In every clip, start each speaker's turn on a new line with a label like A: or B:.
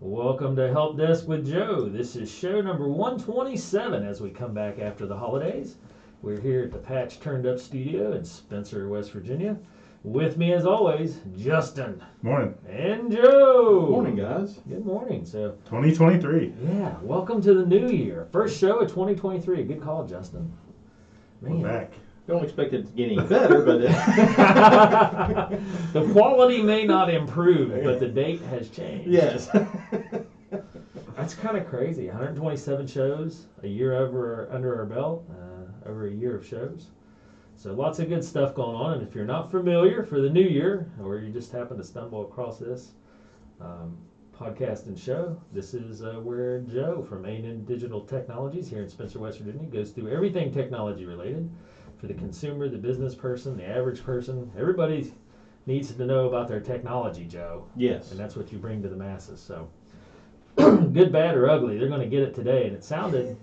A: Welcome to Help Desk with Joe. This is show number 127 as we come back after the holidays. We're here at the Patch Turned Up Studio in Spencer, West Virginia. With me, as always, Justin
B: Morning.
A: and Joe.
C: Morning, guys.
A: Good morning. So,
B: 2023.
A: yeah, welcome to the new year. First show of 2023. Good call, Justin.
B: We're back.
C: Don't expect it to get any better, but uh,
A: the quality may not improve, but the date has changed.
C: yes.
A: That's kind of crazy. 127 shows, a year over under our belt, uh, over a year of shows. So lots of good stuff going on. And if you're not familiar for the new year, or you just happen to stumble across this um, podcast and show, this is uh, where Joe from A&N Digital Technologies here in Spencer, West Virginia, goes through everything technology related for the consumer, the business person, the average person. Everybody needs to know about their technology, Joe
C: yes.
A: and that's what you bring to the masses. So, good, bad, or ugly, they're going to get it today. And it sounded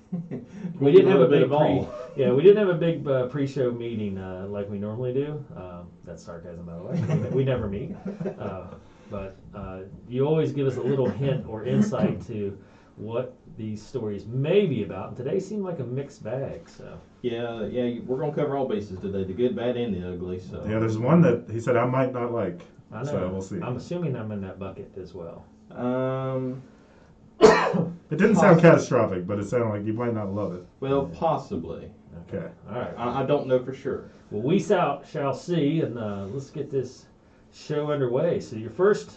A: we didn't have a big pre, yeah, we didn't have a big uh, pre-show meeting uh, like we normally do. Um, that's sarcasm, by the way. We, we never meet, uh, but uh, you always give us a little hint or insight to what these stories may be about. And today seemed like a mixed bag. So,
C: Yeah, yeah. you- We're gonna cover all bases today: the good, bad, and the ugly. So.
B: Yeah, there's one that he said I might not like.
A: I know
B: So we'll see.
A: I'm assuming I'm in that bucket as well.
C: Um.
B: It didn't sound catastrophic, but it sounded like you might not love it.
C: Well, possibly.
B: Okay.
A: All right.
C: I, I don't know for sure.
A: Well, we shall, shall see, and uh, let's get this show underway. So, your first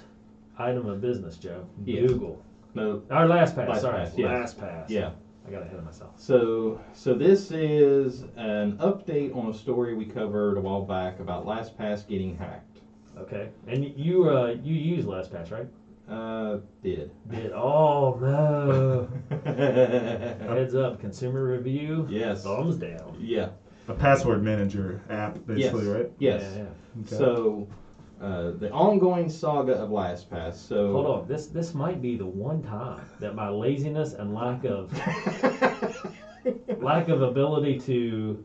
A: item of business, Joe,
C: Yeah.
A: Google.
C: No.
A: Our last pass,
C: Last
A: sorry,
C: pass, yes.
A: last pass.
C: Yeah.
A: I got ahead of myself.
C: So, so this is an update on a story we covered a while back about LastPass getting hacked.
A: Okay, and y- you uh, you use last pass, right?
C: Uh, did.
A: Did oh no.
C: yes.
A: Heads up, consumer review. Thumbs down.
C: Yeah.
B: A password manager app, basically,
C: yes.
B: right?
C: Yes.
A: Yeah, yeah.
B: Okay.
C: So, uh, the ongoing saga of LastPass. So,
A: Hold on. This this might be the one time that my laziness and lack of lack of ability to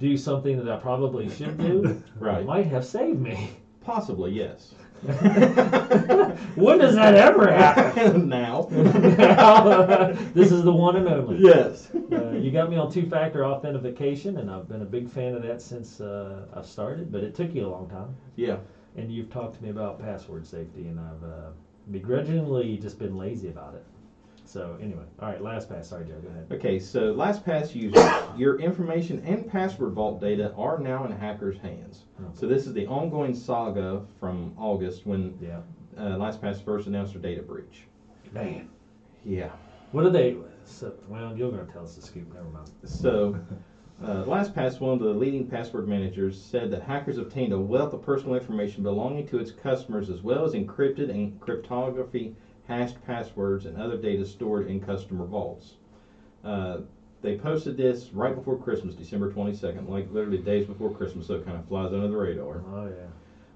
A: do something that I probably should do
C: right?
A: might have saved me.
C: Possibly, yes.
A: When does that ever happen?
C: now,
A: this is the one and only.
C: yes.
A: Uh, you got me on two-factor authentication, and I've been a big fan of that since uh, I've started. But it took you a long time,
C: Yeah,
A: and you've talked to me about password safety, and I've uh, begrudgingly just been lazy about it. So anyway, all right, last pass. Sorry, Joe. Go ahead.
C: Okay, so LastPass users, your information and password vault data are now in hackers' hands. So this is the ongoing saga from August when
A: Yeah,
C: uh, LastPass first announced their data breach.
A: man.
C: Yeah.
A: What are they? So, well, you're gonna tell us the scoop. Never mind.
C: So, uh, LastPass, one of the leading password managers, said that hackers obtained a wealth of personal information belonging to its customers, as well as encrypted and cryptography hashed passwords and other data stored in customer vaults. Uh, they posted this right before Christmas, December 22nd, like literally days before Christmas, so it kind of flies under the radar.
A: Oh yeah.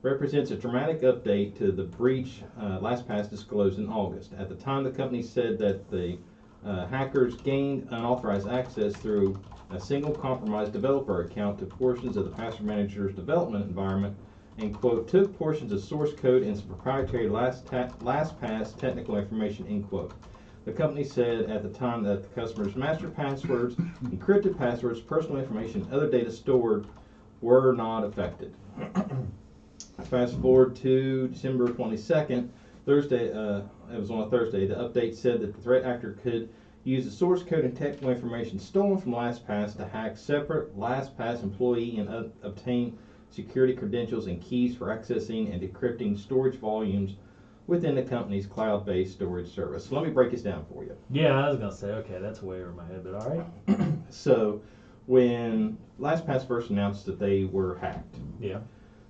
C: Represents a dramatic update to the breach uh, LastPass disclosed in August. At the time, the company said that the uh, hackers gained unauthorized access through a single compromised developer account to portions of the password manager's development environment and, quote, took portions of source code and some proprietary last ta- LastPass technical information, end quote. The company said at the time that the customer's master passwords, encrypted passwords, personal information, and other data stored were not affected. Fast forward to December 22nd, Thursday, uh, it was on a Thursday, the update said that the threat actor could use the source code and technical information stolen from LastPass to hack separate LastPass employee and ob- obtain security credentials and keys for accessing and decrypting storage volumes within the company's cloud-based storage service. So let me break this down for you.
A: Yeah, I was gonna say. Okay, that's way over my head, but all right.
C: So when LastPass first announced that they were hacked,
A: Yeah.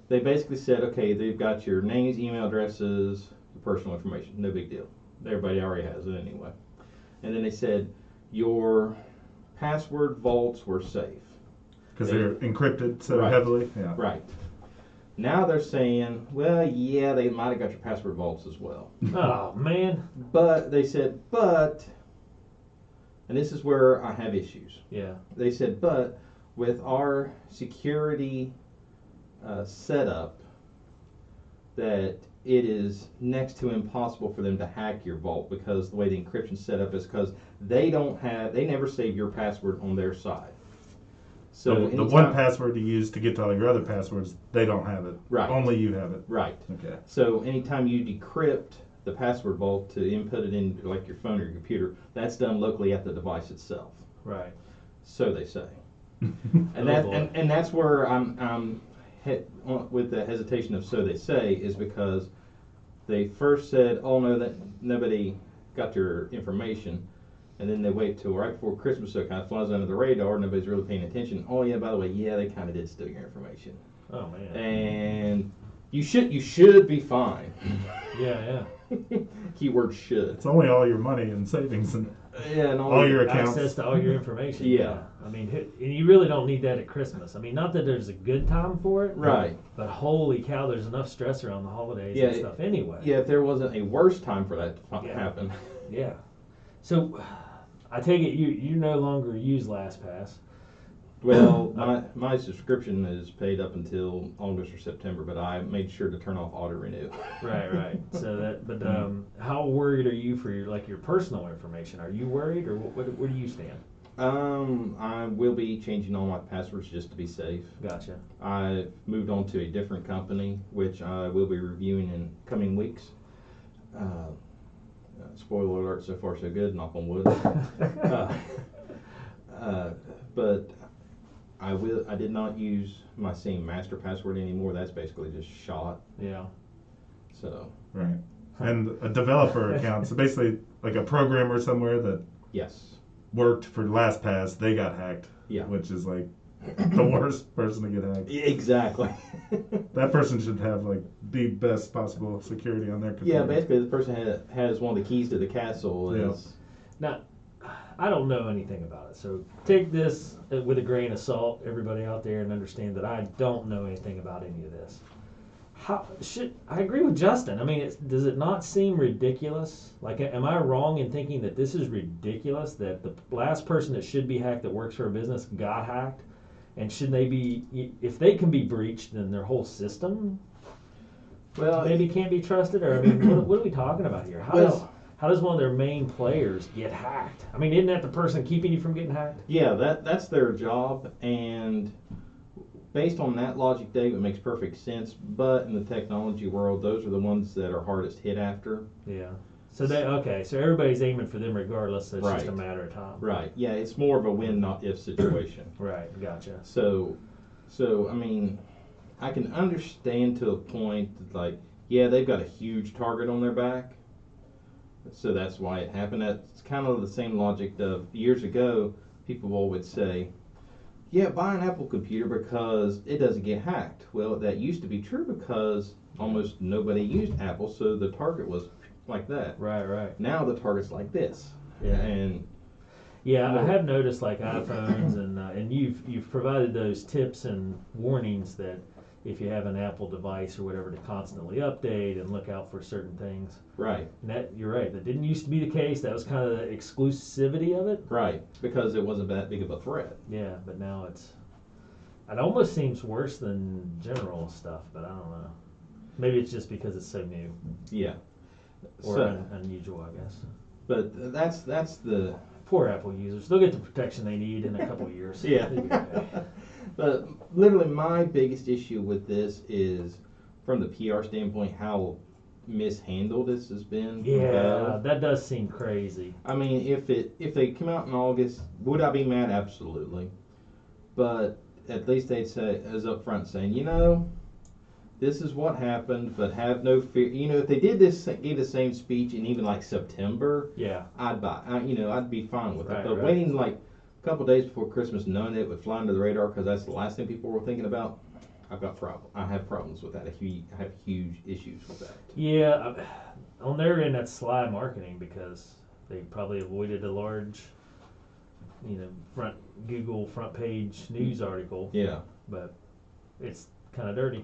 C: they basically said, okay, they've got your names, email addresses, your personal information. No big deal. Everybody already has it anyway. And then they said, your password vaults were safe.
B: Because they're encrypted so
C: Right.
B: heavily. Yeah.
C: Right. Now they're saying, well, yeah, they might have got your password vaults as well.
A: Oh man.
C: But they said, but, and this is where I have issues.
A: Yeah.
C: They said, but with our security uh, setup, that it is next to impossible for them to hack your vault because the way the encryption set up is because they don't have they never save your password on their side. So
B: the, the
C: anytime-
B: one password you use to get to all your other passwords, they don't have it.
C: Right.
B: Only you have it.
C: right.
B: Okay.
C: So anytime you decrypt the password vault to input it in like your phone or your computer, that's done locally at the device itself.
A: Right.
C: So they say.
A: Oh,
C: And that
A: boy.
C: and, and that's where I'm I'm he, on- with the hesitation of so they say is because they first said oh no that nobody got your information, and then they wait till right before Christmas so it kind of flies under the radar nobody's really paying attention. Oh yeah, by the way, yeah they kind of did steal your information,
A: Oh man.
C: and you should you should be fine.
A: Yeah, yeah.
C: Keyword should.
B: It's only all your money and savings and
C: Yeah, and all,
B: all
C: your
B: your accounts.
A: access to all your information.
C: Yeah.
A: I mean, who- and you really don't need that at Christmas. I mean, not that there's a good time for it.
C: right.
A: But holy cow, there's enough stress around the holidays
C: Yeah,
A: and
C: it-
A: stuff anyway.
C: Yeah, if there wasn't a worse time for that to fu-
A: Yeah.
C: happen.
A: Yeah. So, I take it you you no longer use LastPass.
C: Well, my, my subscription is paid up until August or September, but I made sure to turn off auto renew.
A: Right, right. so that, but
C: Mm-hmm.
A: um, how worried are you for your like your personal information? Are you worried, or what, what, where do you stand?
C: Um, I will be changing all my passwords just to be safe.
A: Gotcha.
C: I've moved on to a different company, which I will be reviewing in coming weeks. Uh, uh, spoiler alert: so far so good. Knock on wood. uh, uh, but I will. I did not use my same master password anymore. That's basically just shot.
A: Yeah.
C: So
B: Right. And a developer account. So basically, like a programmer somewhere that
C: yes,
B: worked for LastPass, they got hacked.
C: Yeah.
B: Which is like the worst person to get hacked.
C: exactly.
B: That person should have like the best possible security on their computer.
C: yeah, basically the person has, has one of the keys to the castle.
B: Yeah.
C: Is,
A: I don't know anything about it, so take this uh, with a grain of salt, everybody out there, and understand that I don't know anything about any of this. How should I agree with Justin? I mean, it's, does it not seem ridiculous? Like, am I wrong in thinking that this is ridiculous? That the last person that should be hacked that works for a business got hacked, and should they be? If they can be breached, then their whole system
C: well,
A: maybe can't be trusted. Or I mean, what, what are we talking about here? How does
C: well,
A: how does one of their main players get hacked? I mean, isn't that the person keeping you from getting hacked?
C: Yeah, that that's their job, and based on that logic, Dave, it makes perfect sense. But in the technology world, those are the ones that are hardest hit after.
A: Yeah. So they okay. So everybody's aiming for them regardless. So it's just a
C: Right.
A: matter of time.
C: Right. Yeah, it's more of a when not if situation.
A: Right. Gotcha.
C: So, so I mean, I can understand to a point that like, yeah, they've got a huge target on their back, so that's why it happened. That's kind of the same logic of years ago. People always say, yeah, buy an Apple computer because it doesn't get hacked. Well, that used to be true because almost nobody used Apple, so the target was like that.
A: Right. Right.
C: Now the target's like this,
A: Yeah.
C: and
A: Yeah. I
C: Well-
A: have noticed like iPhones and uh, and you've you've provided those tips and warnings that if you have an Apple device or whatever to constantly update and look out for certain things.
C: right,
A: And that you're right. That didn't used to be the case. That was kind of the exclusivity of it.
C: right, because it wasn't that big of a threat.
A: Yeah, but now it's. It almost seems worse than general stuff, but I don't know. Maybe it's just because it's so new
C: Yeah.
A: or uh,
C: So-
A: un- unusual, I guess.
C: But th- that's that's the
A: Poor Apple users. They'll get the protection they need in a couple of years.
C: Yeah.
A: They'll be okay.
C: but literally my biggest issue with this is from the PR standpoint how mishandled this has been.
A: yeah,
C: Uh,
A: that does seem crazy.
C: I mean, if it if they come out in August, would I be mad? Absolutely. But at least they'd say as upfront saying, you know, this is what happened, but have no fear. You know, if they did this, gave the same speech in even like September,
A: Yeah,
C: I'd buy. I, you know, I'd be fine with
A: Right,
C: it. But
A: right.
C: waiting like a couple days before Christmas, knowing that it would fly under the radar because that's the last thing people were thinking about. I've got problem. I have problems with that. I, hu- I have huge issues with that.
A: yeah. I- On their end, that's sly marketing because they probably avoided a large, you know, front Google front page news article,
C: Yeah,
A: but it's kind of dirty.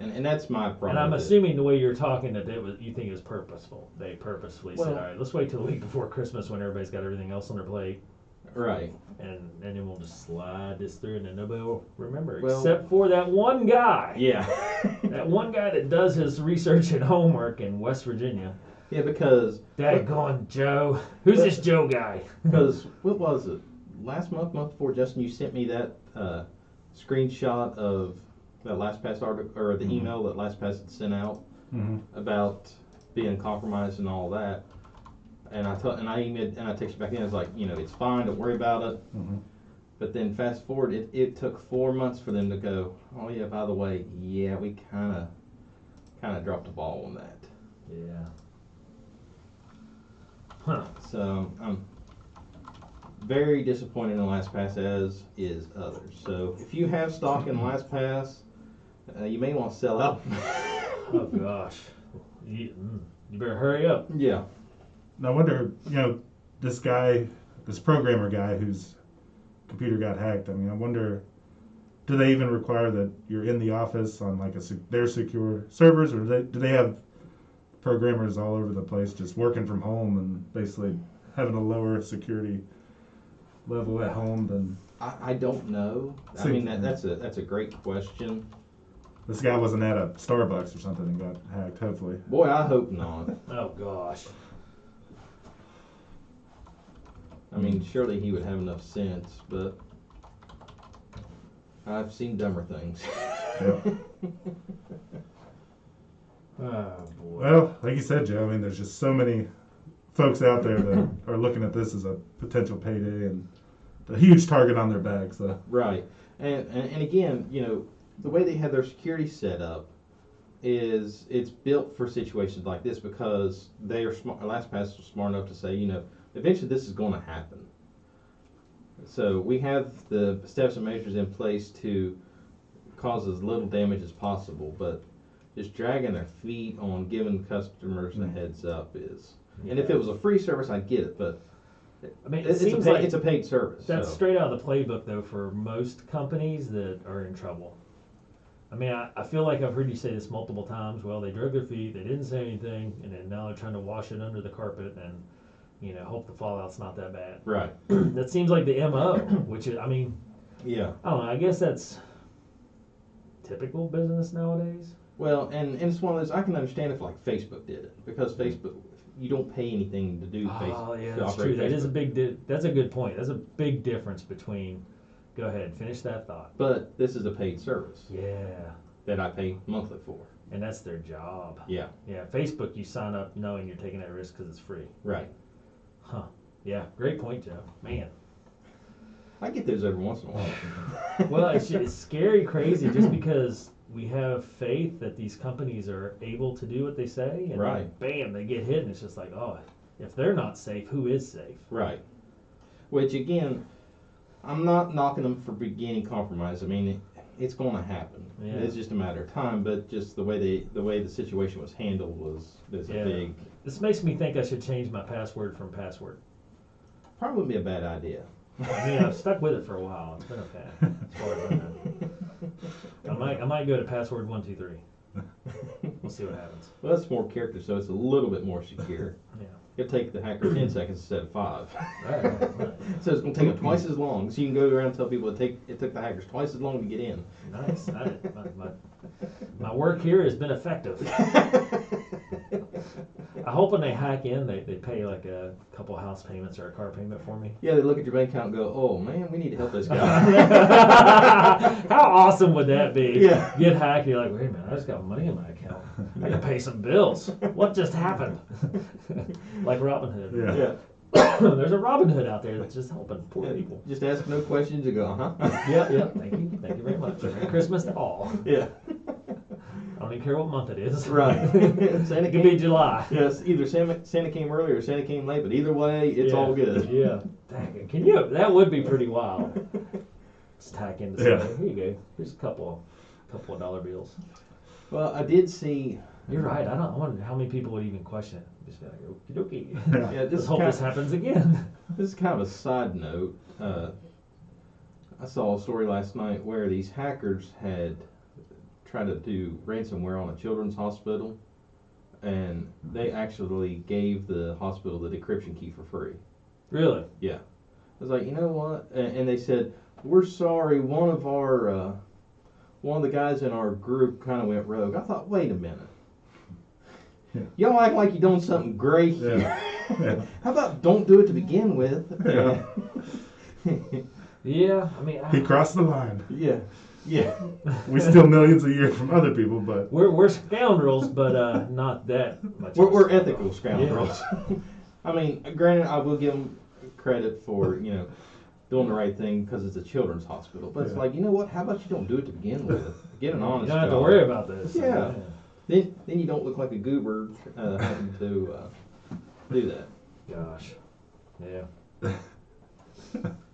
C: and and that's my problem.
A: And I'm
C: with it.
A: assuming the way you're talking that it was, you think it was purposeful. They purposefully said,
C: Well-
A: "All right, let's wait till the week before Christmas when everybody's got everything else on their plate.
C: Right.
A: and and then we'll just slide this through, and then nobody will remember
C: Well-
A: except for that one guy.
C: Yeah.
A: That one guy that does his research and homework in West Virginia.
C: yeah, because
A: Daggone Joe. Who's this Joe guy?
C: because what was it? Last month, month before, Justin, you sent me that uh, screenshot of that LastPass article or
A: Mm-hmm.
C: the email that LastPass had sent out
B: Mhm.
C: about being compromised and all that. And I told, and I emailed, and I texted back in. I was like, you know, it's fine. Don't worry about it.
B: Mhm.
C: But then fast forward, it, it took four months for them to go. Oh yeah, by the way, yeah, we kind of kind of dropped the ball on that.
A: Yeah. Huh.
C: So I'm very disappointed in LastPass as is others. So if you have stock in LastPass, uh, you may want to sell out.
A: Oh gosh. You, mm, you better hurry up.
C: yeah.
B: And I wonder, you know, this guy, this programmer guy whose computer got hacked. I mean, I wonder, do they even require that you're in the office on like a se- their secure servers, or do they, do they have programmers all over the place just working from home and basically having a lower security level at home than
C: I, I don't know. I
B: So-
C: mean that, that's a that's a great question.
B: this guy wasn't at a Starbucks or something and got hacked? Hopefully,
C: Boy, I hope not.
A: Oh gosh.
C: I mean, surely he would have enough sense, but I've seen dumber things.
B: Yep.
A: Oh boy.
B: Well, like you said, Joe, I mean, there's just so many folks out there that are looking at this as a potential payday and a huge target on their back. So,
C: Right. And, and and again, you know, the way they have their security set up is it's built for situations like this because they are smart. LastPass was smart enough to say, you know, eventually this is going to happen. So we have the steps and measures in place to cause as little damage as possible, but just dragging their feet on giving customers
A: Mm-hmm.
C: a heads up is. And if it was a free service, I get it, but
A: I mean,
C: it,
A: it,
C: it's, a
A: seems
C: paid,
A: like
C: it's a paid service.
A: that's
C: so.
A: straight out of the playbook though for most companies that are in trouble. I mean, I, I feel like I've heard you say this multiple times. Well, they drug their feet, they didn't say anything, and then now they're trying to wash it under the carpet and, you know, hope the fallout's not that bad.
C: Right.
A: that seems like the MO, which is, I mean,
C: Yeah.
A: I don't know. I guess that's typical business nowadays.
C: Well, and, and it's one of those I can understand if like Facebook did it because Facebook you don't pay anything to do Facebook.
A: Oh yeah,
C: to
A: that's true.
C: operate
A: That is a
C: Facebook.
A: big. Di- that's a good point. That's a big difference between. Go ahead, finish that thought.
C: But this is a paid service
A: Yeah,
C: that I pay monthly for.
A: and that's their job.
C: Yeah.
A: Yeah, Facebook, you sign up knowing you're taking that risk because it's free.
C: Right.
A: Yeah, great point, Joe. Man,
C: I get those every once in a while.
A: well, it's, it's scary, crazy, just because we have faith that these companies are able to do what they say, and then
C: Right.
A: bam, they get hit, and it's just like, oh, if they're not safe, who is safe?
C: right. Which again, I'm not knocking them for beginning compromise. I mean, it, it's going to happen.
A: Yeah.
C: It's just a matter of time. But just the way they the way the situation was handled was there's
A: Yeah.
C: a big
A: This makes me think I should change my password from password.
C: probably wouldn't be a bad idea.
A: I mean, I've stuck with it for a while. It's been okay, as far as I know. I might, I might go to password one two three. We'll see what happens.
C: Well, that's more character, so it's a little bit more secure.
A: Yeah.
C: It'll take the hacker 10 seconds instead of five.
A: Alright, well,
C: so it's going to take them twice as long. So you can go around and tell people it, take, it took the hackers twice as long to get in.
A: nice. I, my, my, my work here has been effective. I hope when they hack in, they, they pay like a couple house payments or a car payment for me.
C: Yeah, they look at your bank account and go, oh man, we need to help this guy.
A: How awesome would that be?
C: Yeah.
A: Get hacked, you're like, wait a minute, I just got money in my account. I can pay some bills. What just happened? like Robin Hood.
B: yeah.
C: yeah.
A: There's a Robin Hood out there that's just helping poor people.
C: Just ask no questions and go, uh huh.
A: Yep, yep. Thank you. Thank you very much. Merry Christmas to all.
C: Yeah.
A: I don't even care what month it is.
C: Right.
A: it could be July.
C: Yes, either Santa, Santa came early or Santa came late, but either way, it's
A: Yeah,
C: all good.
A: Yeah. Dang it. Can you? That would be pretty wild. Just tack into
B: Yeah.
A: something. Here you go. Here's a couple, couple of dollar bills.
C: Well, I did see.
A: You're right. I don't. I wonder how many people would even question it. Just be like, okie dokie.
B: Yeah.
C: Yeah, this
A: Let's hope
C: kind
A: this happens again.
C: This is kind of a side note. Uh, I saw a story last night where these hackers had tried to do ransomware on a children's hospital, and they actually gave the hospital the decryption key for free.
A: Really?
C: was like, you know what? A- And they said, we're sorry. One of our uh, one of the guys in our group kind of went rogue. I thought, wait a minute.
B: Yeah.
C: Y'all act like you're doing something great here.
B: Yeah. Yeah.
C: How about don't do it to begin with?
B: Yeah.
A: Yeah, I mean, I,
B: He crossed the line.
C: yeah. Yeah.
B: We steal millions a year from other people, but
A: we're we're scoundrels, but uh, not that much.
C: We're,
A: of a
C: we're
A: scoundrel.
C: ethical scoundrels. I mean, granted, I will give them credit for you know doing the right thing because it's a children's hospital. But it's
B: Yeah.
C: like you know what? How about you don't do it to begin with? Get an
A: You
C: honest.
A: don't have to
C: job.
A: worry about this.
C: Yeah. Then then you don't look like a goober uh, having to uh, do that.
A: Gosh. Yeah.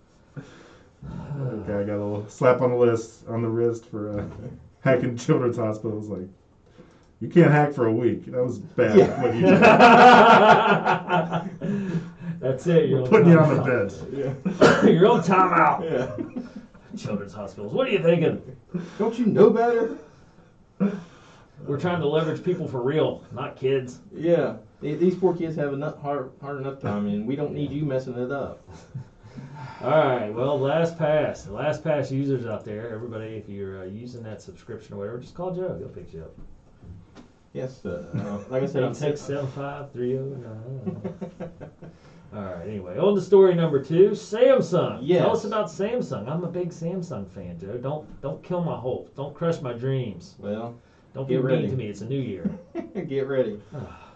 B: okay, I got a little slap on the list on the wrist for uh, hacking children's hospitals. Like, you can't hack for a week. That was bad.
C: Yeah.
B: What you did.
A: That's it. You're
B: We're putting you on the bench.
C: Yeah.
A: bed. You're on timeout.
C: Yeah.
A: Children's hospitals. What are you thinking?
C: Don't you know better?
A: We're trying to leverage people for real, not kids.
C: Yeah. Th- These poor kids have enough hard hard enough time, and we don't need you messing it up.
A: All right. Well, last pass. Last pass users out there, everybody, if you're uh, using that subscription or whatever, just call Joe. He'll pick you up.
C: Yes. Uh, uh, like I said, I'm
A: Eight six
C: taking.
A: seven five three zero nine. All right. Anyway, on to story number two. Samsung.
C: Yes.
A: Tell us about Samsung. I'm a big Samsung fan, Joe. Don't don't kill my hope. Don't crush my dreams.
C: Well,
A: Don't be
C: Get ready.
A: mean to me. It's a new year.
C: get ready.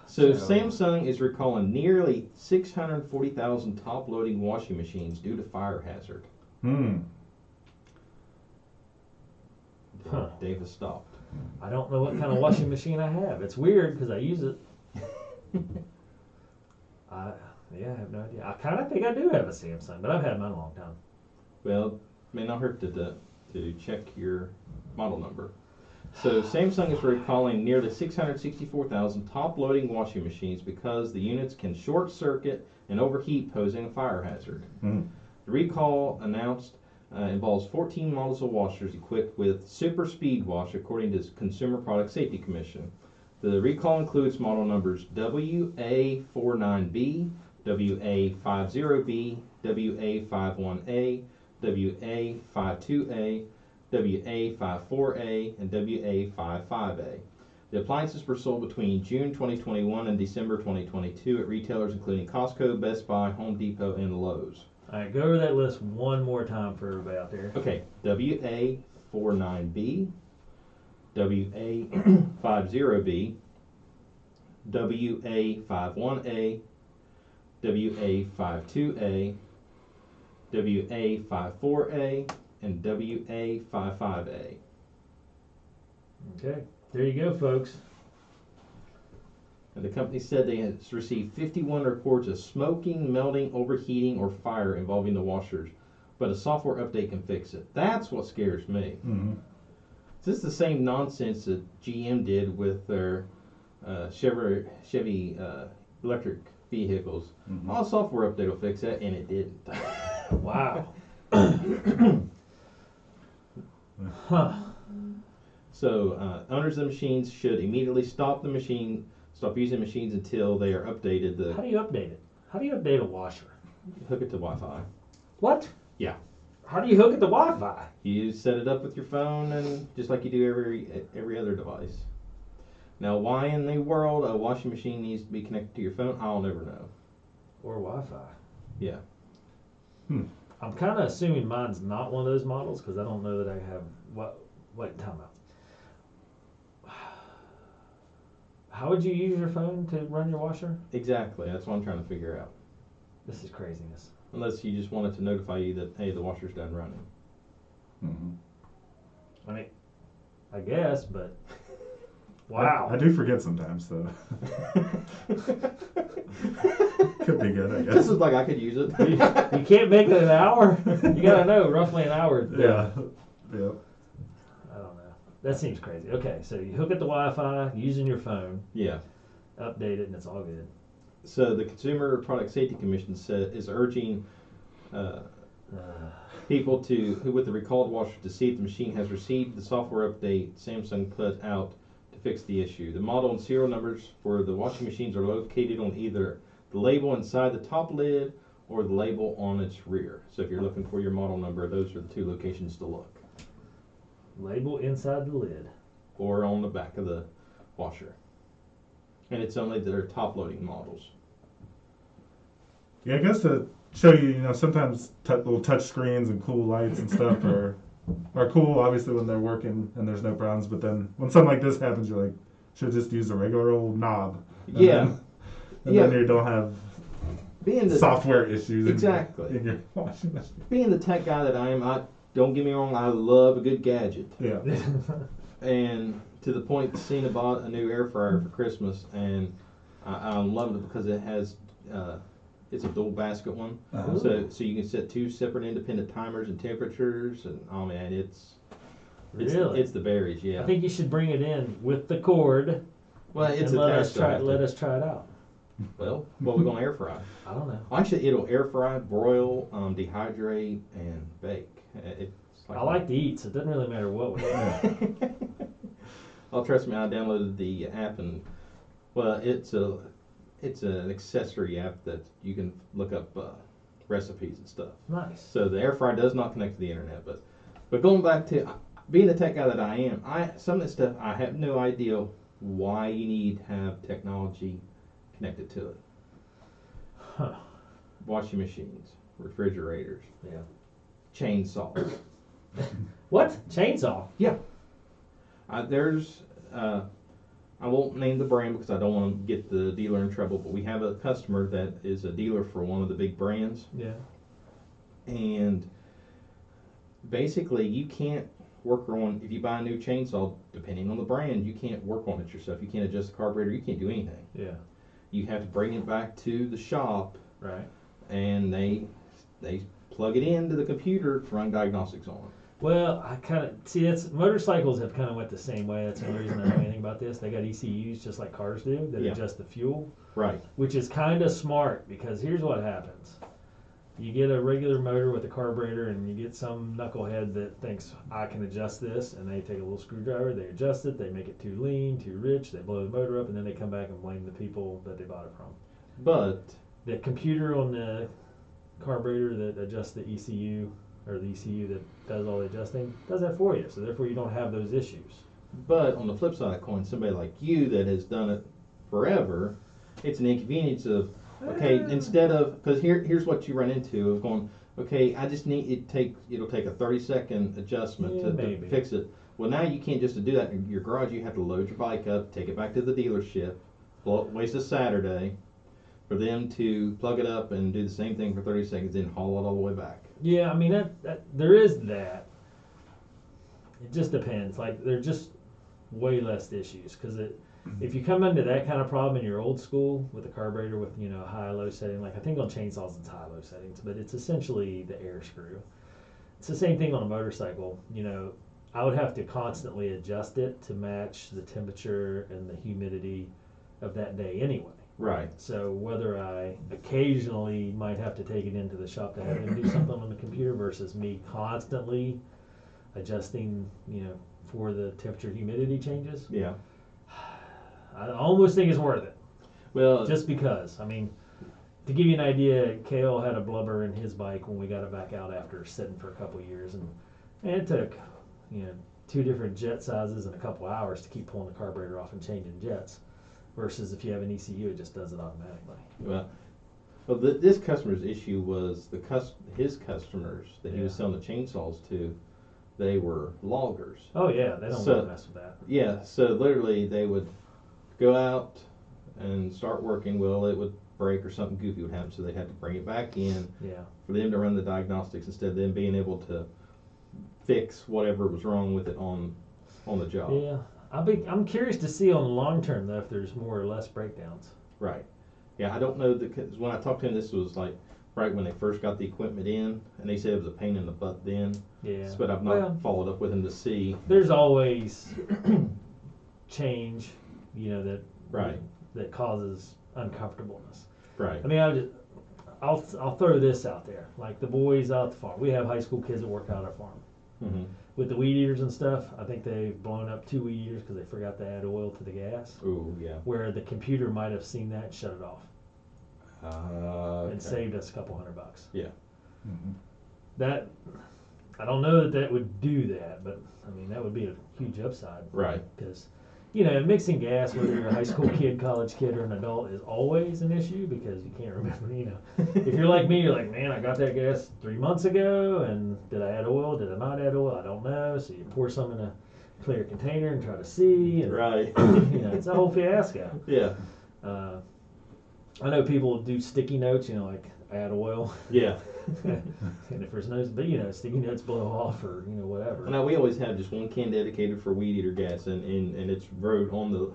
C: So
A: So-
C: Samsung is recalling nearly 640,000 top-loading washing machines due to fire hazard.
B: Hmm.
A: Huh.
C: Dave has stopped.
A: I don't know what kind of washing machine I have. It's weird because I use it. I yeah, I have no idea. I kind of think I do have a Samsung, but I've had mine a long time.
C: Well, may not hurt to, to to check your model number. So Samsung is recalling nearly 664,000 top-loading washing machines because the units can short circuit and overheat, posing a fire hazard.
B: Mm.
C: The recall announced uh, involves 14 models of washers equipped with Super Speed Wash, according to Consumer Product Safety Commission. The recall includes model numbers WA49B, WA50B, WA51A, WA52A, WA54A, and WA55A. The appliances were sold between June 2021 and December 2022 at retailers including Costco, Best Buy, Home Depot, and Lowe's.
A: All right, go over that list one more time for everybody out there.
C: Okay, WA 49B, WA 50B, WA 51A, WA 52A, WA 54A, and WA 55A.
A: Okay, there you go, folks.
C: And the company said they had received 51 reports of smoking, melting, overheating, or fire involving the washers, but a software update can fix it. That's what scares me.
B: hmm
C: This is the same nonsense that GM did with their uh, Chevy, Chevy uh, electric vehicles.
B: Mhm.
C: All software update will fix that, and it didn't.
A: Wow. huh.
C: so uh, owners of the machines should immediately stop the machine, stop using machines until they are updated.
A: How
C: The
A: do you update it? How do you update a washer?
C: hook it to Wi-Fi.
A: What?
C: Yeah.
A: How do you hook it to Wi-Fi?
C: You set it up with your phone, and just like you do every every other device. Now, why in the world a washing machine needs to be connected to your phone? I'll never know.
A: Or Wi-Fi?
C: Yeah.
B: Hmm.
A: I'm kind of assuming mine's not one of those models because I don't know that I have what. Wait, time out. How would you use your phone to run your washer?
C: Exactly. That's what I'm trying to figure out.
A: This is craziness.
C: Unless you just wanted to notify you that, hey, the washer's done running.
B: hmm
A: I guess, but
B: I,
A: wow.
B: do forget sometimes, so could be good, I
C: This
B: guess.
C: is like I could use
A: you,
C: it.
A: you can't make it an hour. You gotta know roughly an hour.
B: Yeah.
A: I
B: Yeah.
A: don't know. That seems crazy. Okay, so you hook it to Wi-Fi using your phone,
C: yeah.
A: update it, and it's all good.
C: So the Consumer Product Safety Commission said is urging uh,
A: Uh,
C: people to who with the recalled washer to see if the machine has received the software update Samsung put out to fix the issue. The model and serial numbers for the washing machines are located on either the label inside the top lid or the label on its rear. So if you're looking for your model number, those are the two locations to look,
A: Label inside the lid.
C: or on the back of the washer. And it's only their top loading models.
B: Yeah, I guess to show you, you know, sometimes t- little touch screens and cool lights and stuff are are cool. Obviously, when they're working and there's no problems, but then when something like this happens, you're like, should just use a regular old knob. And
C: Yeah.
B: Then, and
C: Yeah.
B: then you don't have
C: Being the
B: software issues. in your-
C: Exactly.
B: In your washing machine.
C: being the tech guy that I am, I don't get me wrong, I love a good gadget.
B: Yeah.
C: and to the point Cena bought a new air fryer for Christmas, and I, I loved it because it has uh, it's a dual basket one,
B: Uh-huh.
C: so so you can set two separate independent timers and temperatures, and oh man, it's it's,
A: really?
C: it's the berries, yeah.
A: I think you should bring it in with the cord
C: well, it's
A: and let us
C: attached.
A: try.
C: to-
A: Let us try it out.
C: Well, what we gonna air fry?
A: I don't know.
C: Actually, it'll air fry, broil, um, dehydrate, and bake. Uh, It's
A: I like to eat, so it doesn't really matter what. We
C: well, Oh, trust me, I downloaded the app and well, it's a it's an accessory app that you can look up uh, recipes and stuff.
A: nice.
C: So the air fryer does not connect to the internet, but but going back to uh, being the tech guy that I am, I some of this stuff I have no idea why you need to have technology connected to it.
A: Huh.
C: Washing machines, refrigerators,
A: Yeah.
C: chainsaws.
A: What chainsaw?
C: I, there's, uh, I won't name the brand because I don't want to get the dealer in trouble, but we have a customer that is a dealer for one of the big brands,
A: Yeah.
C: and basically you can't work on if you buy a new chainsaw, depending on the brand, you can't work on it yourself. You can't adjust the carburetor. You can't do anything.
A: Yeah.
C: You have to bring it back to the shop,
A: Right.
C: and they they plug it into the computer to run diagnostics on it.
A: Well, I kind of see it's motorcycles have kind of went the same way. That's the reason I don't know anything about this. They got ECUs just like cars do that
C: Yeah.
A: adjust the fuel,
C: Right.
A: which is kind of smart because here's what happens: you get a regular motor with a carburetor, and you get some knucklehead that thinks I can adjust this, and they take a little screwdriver, they adjust it, they make it too lean, too rich, they blow the motor up, and then they come back and blame the people that they bought it from.
C: But
A: the computer on the carburetor that adjusts the ECU or the ECU that does all the adjusting does that for you. So therefore, you don't have those issues.
C: But on the flip side of the coin, somebody like you that has done it forever, it's an inconvenience of okay,
A: Eh.
C: instead of because here here's what you run into of going okay, I just need it take it'll take a thirty second adjustment
A: Yeah,
C: to, to
A: maybe.
C: fix it. Well, now you can't just do that in your garage. You have to load your bike up, take it back to the dealership, blow, waste a Saturday for them to plug it up and do the same thing for thirty seconds, then haul it all the way back.
A: Yeah, I mean that, that there is that. It just depends. Like they're just way less issues because it. If you come into that kind of problem in your old school with a carburetor with you know high low setting, like I think on chainsaws it's high low settings, but it's essentially the air screw. It's the same thing on a motorcycle. You know, I would have to constantly adjust it to match the temperature and the humidity of that day anyway.
C: Right.
A: So whether I occasionally might have to take it into the shop to have them do something on the computer versus me constantly adjusting, you know, for the temperature humidity changes,
C: Yeah.
A: I almost think it's worth it.
C: Well,
A: Just because, I mean, to give you an idea, Kale had a blubber in his bike when we got it back out after sitting for a couple years, and, and it took, you know, two different jet sizes and a couple hours to keep pulling the carburetor off and changing jets, versus if you have an ECU, it just does it automatically.
C: Well, well, th this customer's issue was the cus- his customers that he was
A: Yeah.
C: selling the chainsaws to, they were loggers.
A: Oh yeah, they don't
C: So-
A: want to mess with that.
C: Yeah, so literally they would go out and start working. Well, it would break or something goofy would happen, so they'd have to bring it back in
A: Yeah,
C: for them to run the diagnostics instead of them being able to fix whatever was wrong with it on on the job.
A: yeah. I'll be. I'm curious to see on the long term though if there's more or less breakdowns.
C: Right. Yeah, I don't know the because when I talked to him, this was like right when they first got the equipment in, and they said it was a pain in the butt then.
A: Yeah.
C: But I've not
A: Well-
C: followed up with him to see.
A: There's always change, you know that
C: Right.
A: that causes uncomfortableness.
C: Right.
A: I mean, I just, I'll I'll throw this out there. Like the boys out at the farm, we have high school kids that work out at our farm.
C: Mm-hmm.
A: With the weed eaters and stuff, I think they've blown up two weed eaters because they forgot to add oil to the gas.
C: Ooh, yeah.
A: Where the computer might have seen that and shut it off.
C: Uh,
A: and
C: okay.
A: saved us a couple hundred bucks.
B: Mhm.
A: That I don't know that that would do that, but I mean that would be a huge upside
C: Right.
A: because you know mixing gas, whether you're a high school kid, college kid, or an adult, is always an issue because you can't remember. You know, if you're like me, you're like, man, I got that gas three months ago, and did I add oil? Did I not add oil? I don't know. So you pour some in a clear container and try to see, and
C: Right.
A: you know, it's a whole fiasco.
C: yeah.
A: Uh, I know people do sticky notes, you know, like add oil,
C: Yeah.
A: and if there's no, but you know, sticky notes blow off or you know whatever.
C: Now we always have just one can dedicated for weed eater gas, and and, and it's rode on the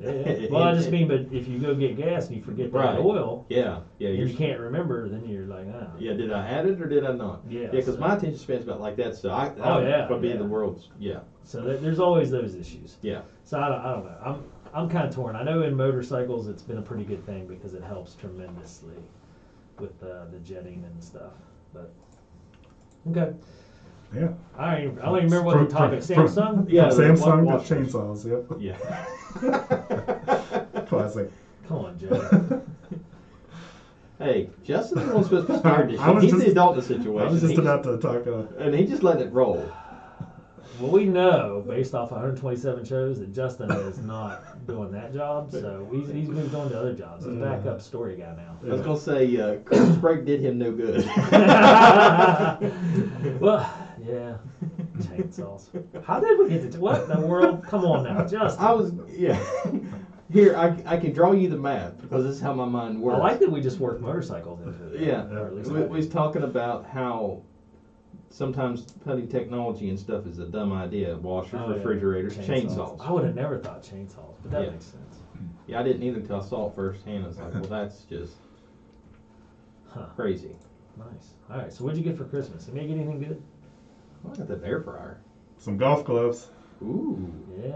A: Yeah, yeah. Well, I just mean, but if you go get gas and you forget to add
C: Right.
A: oil,
C: yeah yeah
A: and
C: you're,
A: you can't remember, then you're like, ah,
C: yeah did I add it or did I not?
A: yeah.
C: Yeah, because
A: so,
C: my attention span's about like that, so I
A: Oh, yeah,
C: probably
A: yeah.
C: the world's yeah
A: so there- there's always those issues.
C: Yeah.
A: So I don't, I don't know. I'm I'm kind of torn. I know in motorcycles it's been a pretty good thing because it helps tremendously with uh, the jetting and stuff. But okay.
B: Yeah.
A: I don't even, I don't even remember what
B: From-
A: the topic.
B: from-
A: Samsung.
C: Yeah,
B: From
C: the wa-
B: Samsung
C: watch-
B: to chainsaws. Yep.
C: yeah.
B: Classic.
A: Come on, Joe.
C: hey, Justin's the one supposed to start this.
B: I was
C: He's
B: just-
C: the adult in the
B: I
C: situation.
B: was just
C: He
B: about to talk. Uh,
C: and he just let it roll.
A: well, we know based off 127 shows that Justin is not doing that job, so he's, he's moved on to other jobs.
C: Mm.
A: He's a backup story guy now.
C: I was gonna say, uh, Christmas break did him no good.
A: Well, yeah, chainsaws. How did we get to what in the world? Come on now, Justin.
C: I was yeah. Here, I, I can draw you the map because this is how my mind
A: I
C: works.
A: like that we just work motorcycles into it.
C: Yeah.
A: Or at least
C: We,
A: I
C: we was
A: do.
C: talking about how sometimes putting technology and stuff is a dumb idea. Washers,
A: Oh, yeah.
C: refrigerators, chainsaws.
A: I would have never thought chainsaws, but that
C: Yeah.
A: makes sense.
C: Yeah, I didn't either until I saw it firsthand. I was like, well, that's just
A: Huh.
C: crazy.
A: Nice. All right. So what'd you get for Christmas? Did you get anything good?
C: Well, I got that air fryer.
B: some golf gloves.
C: Ooh.
A: Yeah.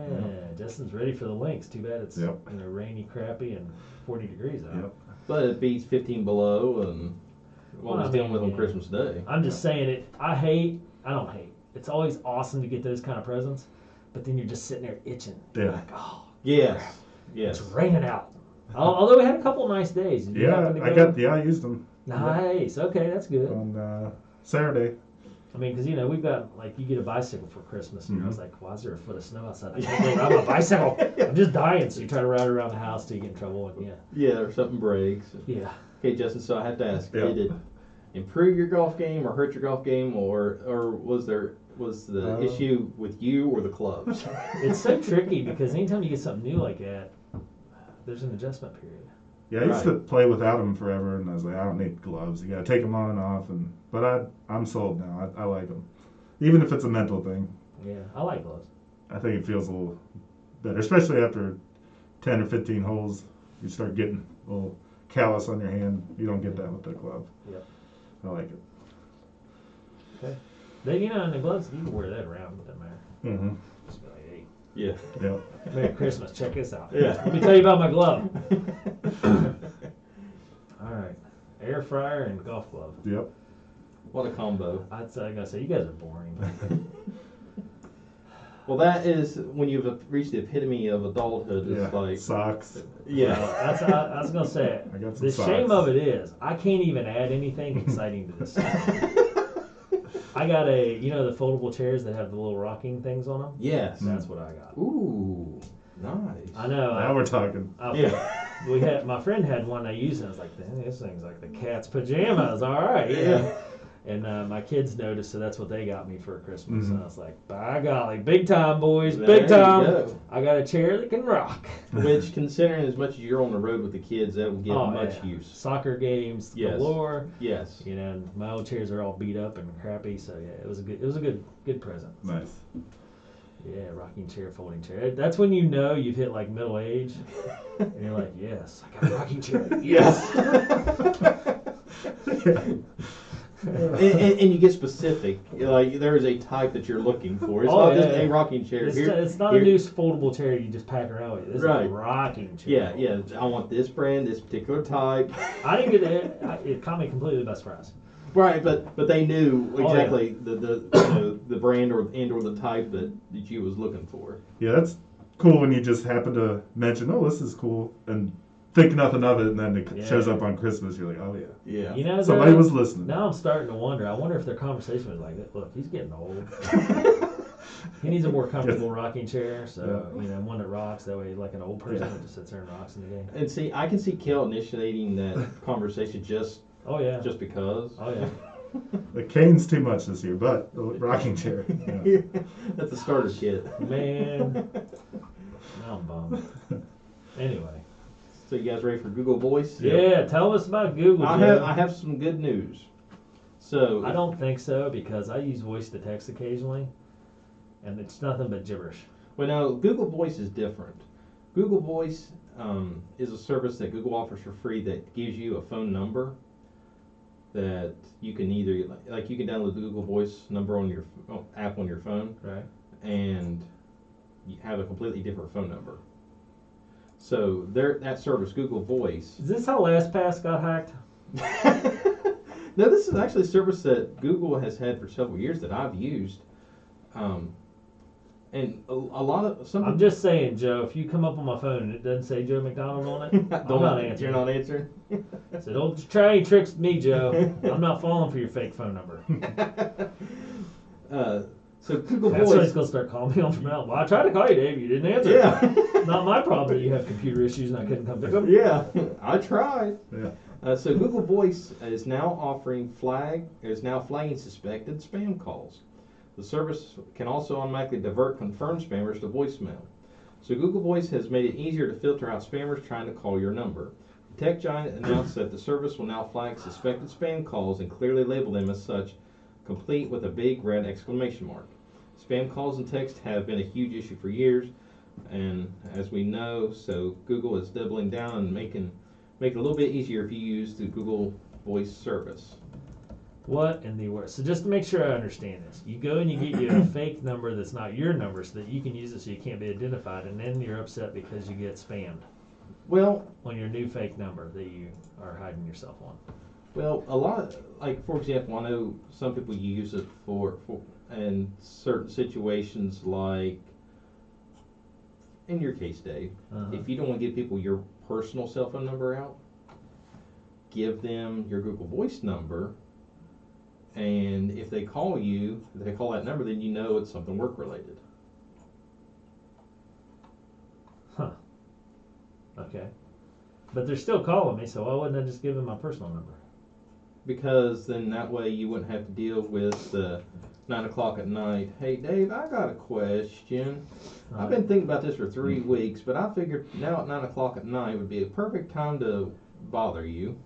A: Justin's ready for the links. Too bad it's
B: Yep.
A: you know rainy, crappy, and 40 degrees out.
B: Yep.
C: But it beats 15 below and what
A: Well,
C: we're
A: I
C: dealing with
A: mean,
C: on
A: yeah.
C: Christmas Day.
A: I'm just saying it. I hate. I don't hate. It's always awesome to get those kind of presents, but then you're just sitting there itching.
B: Yeah.
A: Like, oh,
C: Yes. Yes.
A: it's raining out. Al- Although we had a couple nice days. Did you
B: Yeah,
A: happen to
B: I
A: go?
B: got. Yeah, I used them
A: Nice. Okay, that's good.
B: on uh, Saturday.
A: I mean, because you know we've got like you get a bicycle for Christmas, and I
B: Mhm.
A: was like, why is there a foot of snow outside? I can't go ride my bicycle. I'm just dying. So you try to ride around the house till you get in trouble, and yeah,
C: Yeah, or something breaks.
A: yeah.
C: Okay, Justin, so I have to ask,
B: Yeah.
C: did it improve your golf game or hurt your golf game or or was there was the
B: Uh,
C: issue with you or the clubs?
A: It's so tricky because anytime you get something new like that, there's an adjustment period.
B: Yeah, I used to play without them forever, and I was like, I don't need gloves. You gotta take them on and off, and but I I'm sold now. I, I like them, even if it's a mental thing.
A: Yeah, I like gloves.
B: I think it feels a little better, especially after ten or fifteen holes. You start getting a little callus on your hand. You don't get that with the glove.
A: Yep.
B: I like it.
A: They, you know, and the gloves you can wear that around. It doesn't matter.
B: Mm-hmm.
A: Just be like, hey,
C: yeah.
B: Yep.
A: Merry Christmas. Check this out.
C: Yeah.
A: Let me tell you about my glove. All right, air fryer and golf glove.
B: Yep.
C: What a combo.
A: I'd say, I gotta say, you guys are boring.
C: Well, that is when you've reached the epitome of adulthood. It's
B: yeah.
C: like,
B: Socks.
C: yeah,
A: That's, I, I was gonna say,
B: I got some
A: the
B: socks.
A: shame of it is, I can't even add anything exciting to this. I got a, you know, the foldable chairs that have the little rocking things on them.
C: yes.
B: Mm-hmm.
A: That's what I got.
C: Ooh, nice.
A: I know.
B: Now
A: I,
B: we're talking.
A: I,
C: Yeah,
A: We had my friend had one I used, and I was like, "Dang, this thing's like the cat's pajamas." All right, yeah.
C: yeah.
A: And uh, my kids noticed, so that's what they got me for Christmas.
B: Mhm.
A: And I was like, "By golly, big time, boys,
C: Mm-hmm. There
A: big
C: you
A: time!
C: go.
A: I got a chair that can rock."
C: Which, considering as much as you're on the road with the kids, that will get much
A: Oh, yeah.
C: use.
A: Soccer games
C: Yes.
A: galore.
C: Yes.
A: You know, and my old chairs are all beat up and crappy, so yeah, it was a good, it was a good, good present.
B: Nice.
A: Yeah, rocking chair, folding chair. That's when you know you've hit like middle age, and you're like, yes, I got a rocking chair.
C: Yes. and, and, and you get specific. Like there is a type that you're looking for. It's
A: Oh,
C: not just
A: yeah,
C: a
A: yeah.
C: rocking chair.
A: It's,
C: Here-
A: it's not
C: here-
A: a new foldable chair you just pack around with you. This
C: Right.
A: is a rocking chair.
C: Yeah, yeah. I want this brand, this particular type.
A: I didn't get it. I- It caught me completely by surprise.
C: Right, but but they knew
A: Oh, yeah.
C: exactly the the you know, the brand or and or the type that, that you was looking for.
B: Yeah, that's cool when you just happen to mention, oh, this is cool, and think nothing of it, and then it
A: Yeah.
B: shows up on Christmas. You're like, oh yeah,
C: Yeah.
A: You know,
B: somebody
A: though,
B: was listening.
A: now I'm starting to wonder. I wonder if their conversation was like, "Look, he's getting old. He needs a more comfortable rocking chair. So you know, one that rocks. That way, like an old person
B: Yeah.
A: that just sits there and rocks in the game.
C: and see, I can see Kel initiating that conversation just
A: Oh yeah.
C: just because.
A: Oh yeah.
B: The cane's too much this year, but the rocking chair. Yeah.
C: That's a starter kit.
A: Man. Now I'm bummed. Anyway.
C: So you guys ready for Google Voice?
A: Yeah. Tell us about Google.
C: I
A: Joe.
C: have I have some good news. So
A: I don't think so because I use voice to text occasionally, and it's nothing but gibberish.
C: Well, now Google Voice is different. Google Voice um, is a service that Google offers for free that gives you a phone number that you can either like you can download the Google Voice number on your oh, app on your phone
A: Right.
C: and you have a completely different phone number. So there, that service, Google Voice.
A: Is this how LastPass got hacked?
C: no, this is actually a service that Google has had for several years that I've used, um, and a, a lot of some.
A: I'm just saying, Joe. If you come up on my phone and it doesn't say Joe McDonald on it, I'm not answering.
C: You're not answering.
A: I said, "Don't try any tricks with me, Joe. I'm not falling for your fake phone number."
C: Uh, so Google
A: That's why he's
C: Voice.
A: gonna start calling me on from out. Well, I tried to call you, Dave. You didn't answer.
C: Yeah.
A: Not my problem. that You have computer issues, and I couldn't come pick up.
C: yeah. I tried.
B: Yeah.
C: Uh, so Google Voice is now offering flag is now flagging suspected spam calls. The service can also automatically divert confirmed spammers to voicemail. So Google Voice has made it easier to filter out spammers trying to call your number. The tech giant announced that the service will now flag suspected spam calls and clearly label them as such, complete with a big red exclamation mark. Spam calls and text have been a huge issue for years, and as we know, so Google is doubling down and making make it a little bit easier if you use the Google Voice service.
A: What in the world? So just to make sure I understand this, you go and you get you a fake number that's not your number, so that you can use it, so you can't be identified, and then you're upset because you get spammed
C: Well,
A: on your new fake number that you are hiding yourself on.
C: well, a lot like for example, I know some people use it for for in certain situations like in your case, Dave,
A: Uh-huh.
C: if you don't want to give people your personal cell phone number out, give them your Google Voice number. And if they call you, if they call that number, then you know it's something work related.
A: Okay. But they're still calling me, so why wouldn't I just give them my personal number?
C: because then that way you wouldn't have to deal with the nine o'clock at night. Hey Dave, I got a question. I've been thinking about this for three weeks, but I figured now at nine o'clock at night would be a perfect time to bother you.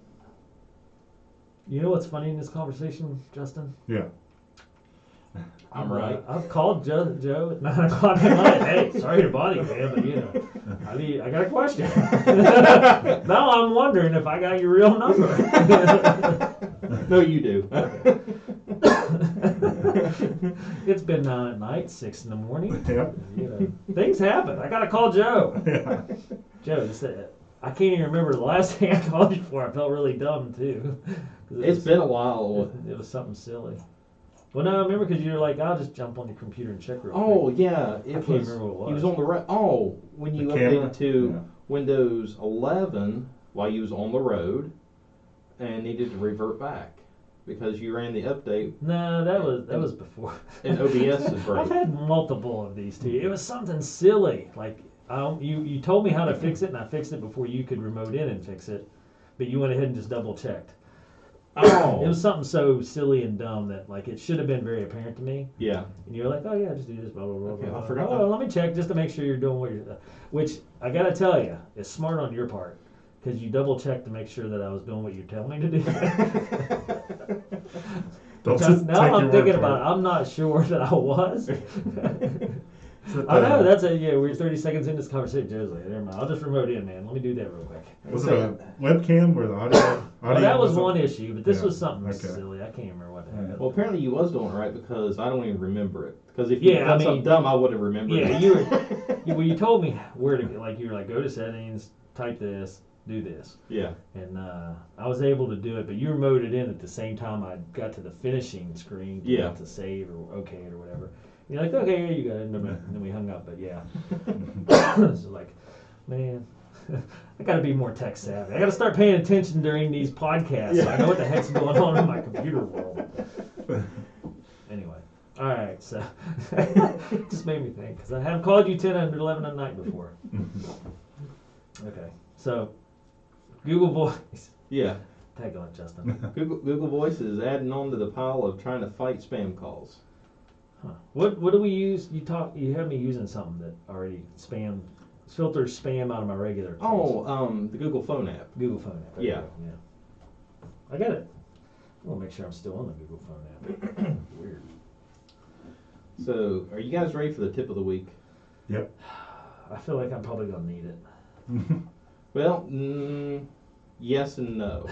A: You know what's funny in this conversation, Justin? Uh,
C: I'm right.
A: I've called Joe, Joe at nine o'clock at night. hey, sorry to bother you, man, but you know, I mean, I got a question. now I'm wondering if I got your real number.
C: no, you do.
A: it's been nine at night, six in the morning.
B: Yep.
A: You know, things happen. I gotta call Joe.
B: Yeah.
A: Joe, just, uh, I can't even remember the last thing I called you for. I felt really dumb too. 'Cause it
C: it's
A: was-
C: been a while.
A: It was something silly. Well, no, I remember because you were like, I'll just jump on the computer and check real
C: Oh
A: quick.
C: yeah, it
A: I can't
C: was.
A: remember what it
C: He was
A: was.
C: on the road. Oh, when you
B: The camera?
C: updated to
B: Yeah.
C: Windows 11 while you was on the road, and needed to revert back because you ran the update.
A: No, that was that was before.
C: And OBS is
A: I've
C: great.
A: had multiple of these too. It was something silly. Like I don't, you you told me how to fix it, and I fixed it before you could remote in and fix it, but you went ahead and just double checked.
C: Oh,
A: It was something so silly and dumb that like it should have been very apparent to me.
C: yeah.
A: And you're like, oh yeah, just do this, blah blah blah.
C: Okay,
A: blah,
C: I
A: blah.
C: forgot
A: Oh, let me check just to make sure you're doing what you're. Which I gotta tell you, is smart on your part because you double checked to make sure that I was doing what you tell me to do.
B: Don't
A: Now-
B: just
A: now
B: take
A: I'm
B: your
A: thinking
B: word for
A: about it.
B: it.
A: I'm not sure that I was.
B: Is it
A: I
B: the-
A: know that's a yeah. We're 30 seconds into this conversation. Joe's like, never mind. I'll just remote in, man. Let me do that real quick.
B: Was it a webcam or the audio? audio
A: Well, that was
B: wasn't-
A: one issue, but this
B: Yeah,
A: was something
B: okay.
A: silly. I can't remember what happened.
C: Well, apparently you was doing it right because I don't even remember it. Because if you
A: Yeah,
C: had
A: I
C: done
A: mean-
C: something dumb, I would have remembered.
A: Yeah,
C: it.
A: you were. you, well, you told me where to like. You were like, go to settings, type this, do this,
C: yeah,
A: and uh, I was able to do it. But you remoted in at the same time I got to the finishing screen. to-
C: Yeah.
A: To save or okay it or whatever. And you're like, okay, here you go, and then we- and then we hung up. But yeah, so like, man, I got to be more tech savvy. I got to start paying attention during these podcasts. so I know what the heck's going on in my computer world. Anyway, all right. So just made me think because I haven't called you ten and eleven at night before. Okay, so Google Voice.
C: Yeah,
A: Tag on Justin.
C: Google Google Voice is adding on to the pile of trying to fight spam calls.
A: Huh. What what do we use? You talk. You had me using something that already spam filters spam out of my regular. things.
C: Oh, um, the Google Phone app.
A: Google Phone app. there
C: Yeah.
A: you go, yeah. I got it. I want to make sure I'm still on the Google Phone app. Weird.
C: So, are you guys ready for the tip of the week?
A: I feel like I'm probably gonna need
C: Well, mm, yes and no.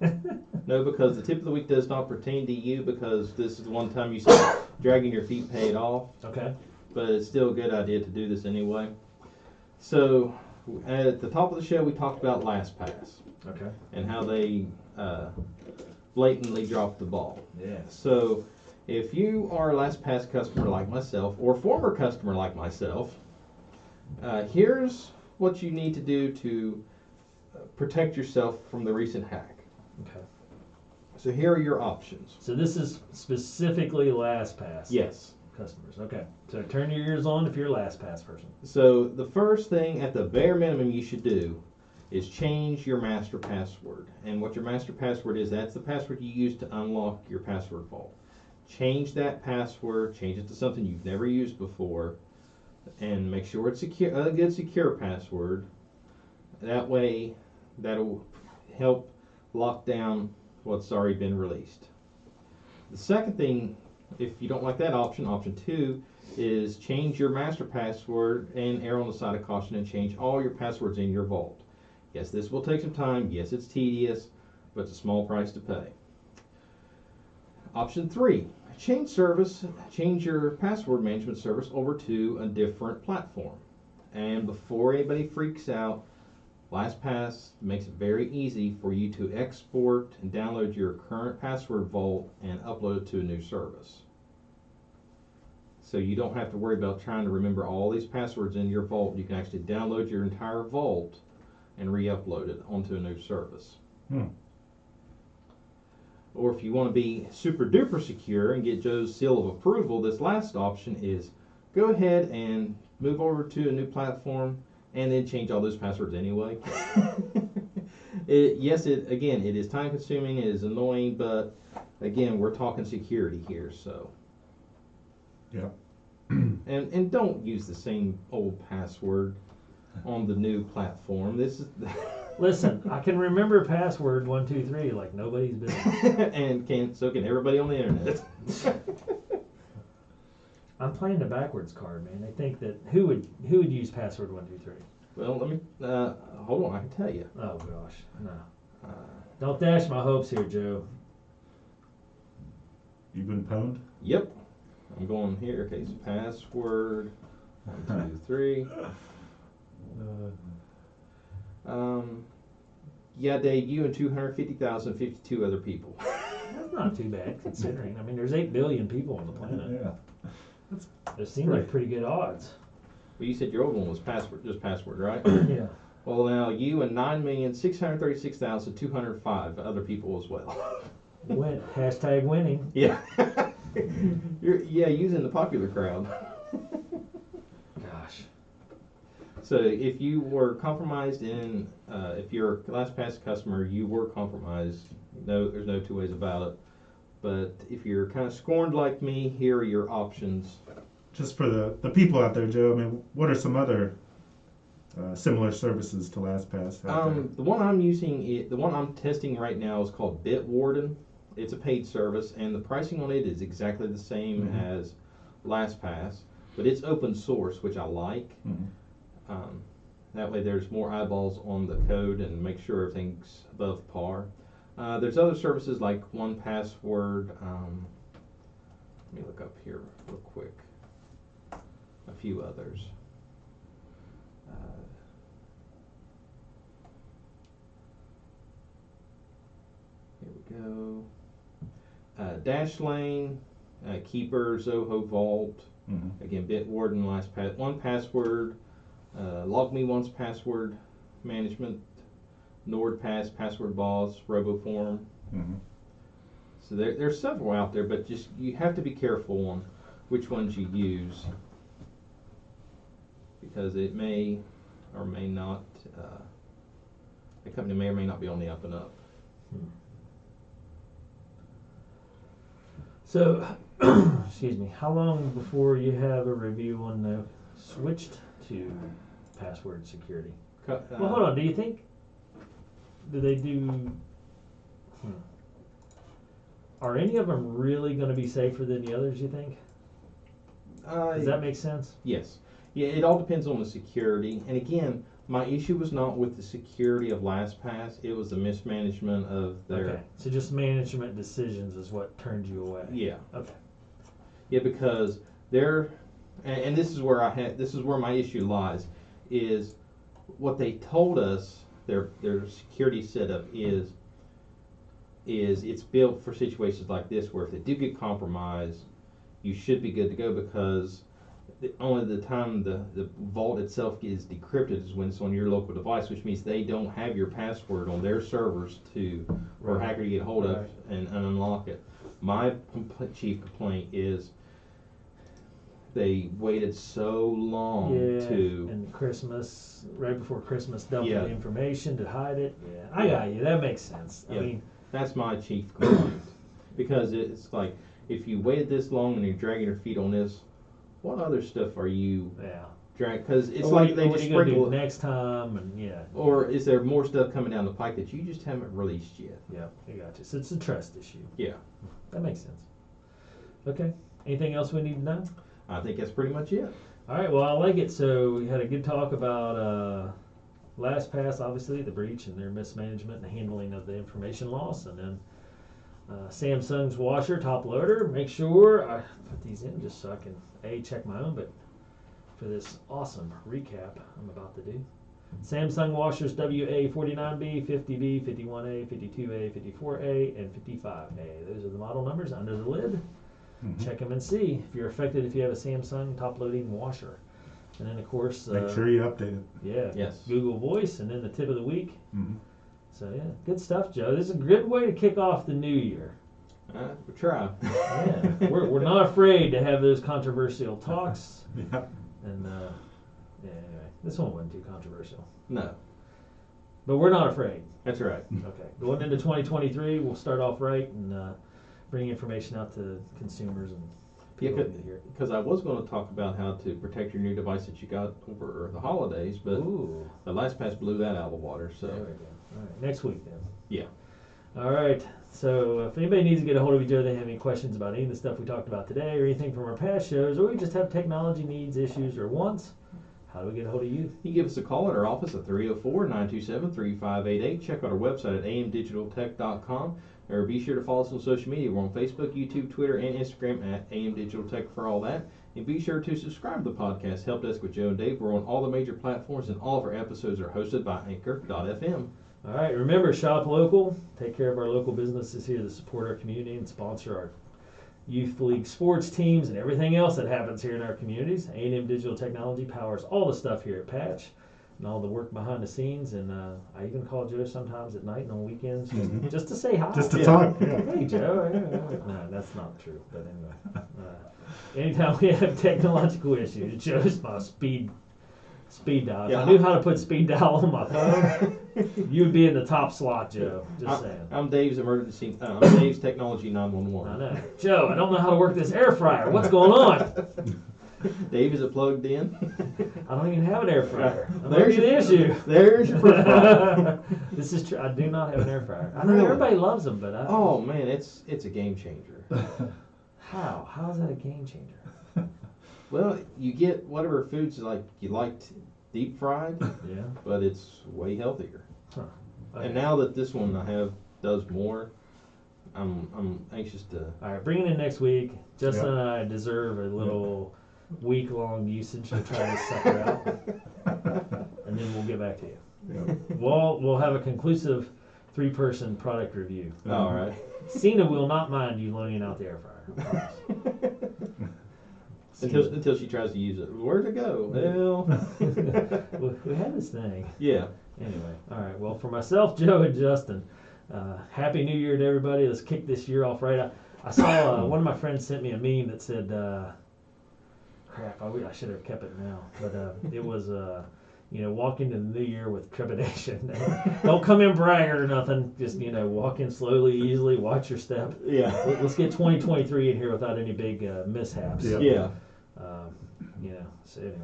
A: it.
C: No, because the tip of the week does not pertain to you because this is the one time you start dragging your feet paid off,
A: okay.
C: but it's still a good idea to do this anyway. So, at the top of the show, we talked about LastPass
A: Okay.
C: and how they uh, blatantly dropped the ball.
A: Yeah.
C: So, if you are a LastPass customer like myself, or former customer like myself, uh, here's what you need to do to uh, protect yourself from the recent hack.
A: Okay.
C: So, here are your options.
A: So this is specifically LastPass.
C: Yes.
A: Customers. Okay. So turn your ears on if you're a LastPass person.
C: So, the first thing at the bare minimum you should do is change your master password. And what your master password is, that's the password you use to unlock your password vault. Change that password, change it to something you've never used before, and make sure it's secure, a good secure password. That way, that'll help lock down what's already been released. The second thing, if you don't like that option, option two is change your master password and err on the side of caution and change all your passwords in your vault. Yes, this will take some time. Yes, it's tedious, but it's a small price to pay. Option three, change service, change your password management service over to a different platform. And before anybody freaks out, LastPass makes it very easy for you to export and download your current password vault and upload it to a new service. So you don't have to worry about trying to remember all these passwords in your vault. You can actually download your entire vault and re-upload it onto a new service.
B: Hmm.
C: Or if you want to be super duper secure and get Joe's seal of approval, this last option is go ahead and move over to a new platform and then change all those passwords anyway. it, yes, it again, it is time consuming, it is annoying, but again, we're talking security here, so.
B: Yeah.
C: and and don't use the same old password on the new platform. This is
A: Listen, I can remember password one two three like nobody's business.
C: and can so can everybody on the internet.
A: I'm playing the backwards card, man. I think that who would who would use password one two three?
C: well, let me uh, hold on. I can tell you.
A: Oh gosh, no.
C: Uh,
A: Don't dash my hopes here, Joe.
B: You've been pwned?
C: Yep, I'm going here. Okay, so password one two three.
A: Uh,
C: Um, yeah, Dave, you and two hundred fifty thousand fifty-two other people.
A: That's not too bad considering. I mean, there's eight billion people on the planet.
B: yeah.
A: There seem like pretty good odds.
C: Well, you said your old one was password, just password, right?
A: Yeah.
C: Well, now you and nine million six hundred thirty-six thousand two hundred five other people as well.
A: Win. Hashtag winning.
C: yeah, you're yeah using the popular crowd.
A: Gosh.
C: So if you were compromised in, uh, if you're a LastPass customer, you were compromised. No, there's no two ways about it. But if you're kind of scorned like me, here are your options.
B: Just for the, the people out there, Joe, I mean, what are some other uh, similar services to LastPass out
C: Um, the one I'm using, i the one I'm testing right now is called Bitwarden. It's a paid service, and the pricing on it is exactly the same
B: Mhm.
C: as LastPass, but it's open source, which I like.
B: Mhm.
C: Um, that way, there's more eyeballs on the code and make sure everything's above par. Uh, there's other services like One Password. Um, let me look up here real quick. A few others. Uh, Here we go. Uh, Dashlane, uh, Keeper, Zoho Vault,
B: there? Mhm.
C: again Bitwarden, last pa- one password, uh, log me once password, management, NordPass, Password Boss, RoboForm.
B: hmm
C: So there, there's several out there, but just you have to be careful on which ones you use because it may or may not, uh, the company may or may not be on the up and up.
A: So, excuse me. How long before you have a review on the switched to password security?
C: Co- uh,
A: well, hold on. Do you think? Do they do? Hmm. Are any of them really going to be safer than the others? You think?
C: Uh,
A: Does that make sense?
C: Yes. Yeah, it all depends on the security. And again, my issue was not with the security of LastPass, it was the mismanagement of their.
A: Okay. So just management decisions is what turned you away.
C: Yeah.
A: Okay.
C: Yeah, because they're, and, and this is where I had, this is where my issue lies, is what they told us their their security setup is, is it's built for situations like this where if they do get compromised, you should be good to go because the, only the time the, the vault itself is decrypted is when it's on your local device, which means they don't have your password on their servers to or a hacker to get hold of
A: Right.
C: and, and unlock it. My compl- chief complaint is they waited so long
A: Yeah.
C: to.
A: And Christmas, right before Christmas, dumping
C: Yeah.
A: the information to hide it. Yeah. I got you. That makes sense. I
C: Yeah.
A: mean,
C: That's my chief complaint because it's like if you waited this long and you're dragging your feet on this, what other stuff are you
A: yeah.
C: dragging? Because it's
A: But what
C: like
A: are you-
C: they
A: what
C: just
A: are you gonna
C: sprinkle.
A: do next time, and yeah.
C: Or is there more stuff coming down the pike that you just haven't released yet?
A: Yeah, I got you. So it's a trust issue.
C: Yeah.
A: That makes sense. Okay. Anything else we need to know?
C: I think that's pretty much it.
A: All right. Well, I like it. So we had a good talk about uh, LastPass, obviously the breach and their mismanagement and handling of the information loss, and then uh, Samsung's washer top loader. Make sure I put these in just so I can a check my own, but for this awesome recap I'm about to do. Samsung washers WA49B, 50B, 51A, 52A, 54A, and 55A. Those are the model numbers under the lid
B: mm-hmm.
A: check them and see if you're affected if you have a Samsung top loading washer. And then, of course,
B: Make
A: uh,
B: sure you update it.
A: yeah,
C: Yes.
A: Google Voice, and then the tip of the week.
B: Mhm.
A: So, yeah, good stuff, Joe. This is a good way to kick off the new year.
C: Uh, we'll try.
A: Yeah, we're, we're not afraid to have those controversial talks.
B: Yeah.
A: And, uh, yeah, anyway, this one wasn't too controversial.
C: No,
A: But we're not afraid.
C: that's right.
A: Okay, going into 2023, we'll start off right and uh, bring information out to consumers and
C: Yeah,
A: people to hear.
C: because I was going to talk about how to protect your new device that you got over the holidays, but
A: Ooh.
C: the last pass blew that out of the water. So
A: There we go. All right, next week then.
C: Yeah.
A: All right. So uh, if anybody needs to get a hold of each other, they have any questions about any of the stuff we talked about today, or anything from our past shows, or we just have technology needs, issues, or wants, how do we get a hold of you?
C: you can give us a call at our office at 304 927 3588. Check out our website at amdigitaltech.com or be sure to follow us on social media. We're on Facebook, YouTube, Twitter, and Instagram at AM Digital Tech for all that. And be sure to subscribe to the podcast Help Desk with Joe and Dave. We're on all the major platforms, and all of our episodes are hosted by Anchor.fm.
A: All right. Remember, shop local. Take care of our local businesses here to support our community and sponsor our youth league sports teams and everything else that happens here in our communities. A&M Digital Technology powers all the stuff here at Patch and all the work behind the scenes. And uh, I even call Joe sometimes at night and on weekends just,
B: Mhm.
A: just to say hi.
B: Just to
C: Yeah.
B: talk. Yeah.
A: Hey Joe, yeah, yeah. no, that's not true. But anyway, uh, anytime we have technological issues, Joe's my speed speed dial. If I
C: Yeah.
A: knew how to put speed dial on my phone, you'd be in the top slot, Joe. Just saying.
C: I'm Dave's emergency. Uh, I'm Dave's technology
A: I
C: 911.
A: know, Joe. I don't know how to work this air fryer. What's going on?
C: Dave is it plugged in.
A: I don't even have an air fryer. That might
C: There's
A: be the
C: your-
A: issue.
C: There's your first problem.
A: this is true. I do not have an air fryer. I know
C: Really?
A: everybody loves them, but I,
C: oh man, it's it's a game changer.
A: how? How is that a game changer?
C: Well, you get whatever foods like you liked deep fried,
A: Yeah.
C: but it's way healthier.
A: Okay.
C: And now that this one I have does more, I'm I'm anxious to.
A: All right, bring it in next week. Justin
B: Yeah.
A: and I deserve a little week long usage to try this sucker out, and then we'll get back to you.
B: Yep.
A: We'll, we'll have a conclusive three person product review.
C: oh, All right.
A: Cena will not mind you loaning out the air fryer. I promise.
C: Until
A: Cena-
C: until she tries to use it. Where'd it go? Well,
A: we, we had this thing.
C: yeah.
A: Anyway, all right. Well, for myself, Joe, and Justin, uh, happy New Year to everybody. Let's kick this year off right. I, I saw uh, one of my friends sent me a meme that said, uh, "Crap, I, w- I should have kept it now." But uh, it was, uh, you know, walk into the new year with trepidation. Don't come in bragging or nothing. Just you know, walk in slowly, easily. Watch your step.
C: Yeah.
A: Let- Let's get 2023 in here without any big uh, mishaps.
B: Yeah.
C: Yeah.
A: Um, you know, so anyway.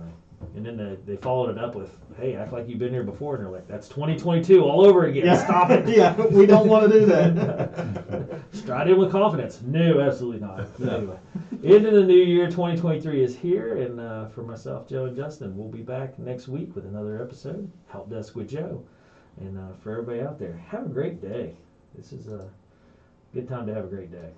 A: And then they, they followed it up with, hey, act like you've been here before. And they're like, that's 2022 all over again.
C: Yeah.
A: Stop it.
C: Yeah. We don't want to do that.
A: Stride in with confidence. No, absolutely not.
C: No.
A: Anyway, into the new year, 2023 is here. And uh, for myself, Joe, and Justin, we'll be back next week with another episode, Help Desk with Joe. And uh, for everybody out there, have a great day. This is a good time to have a great day.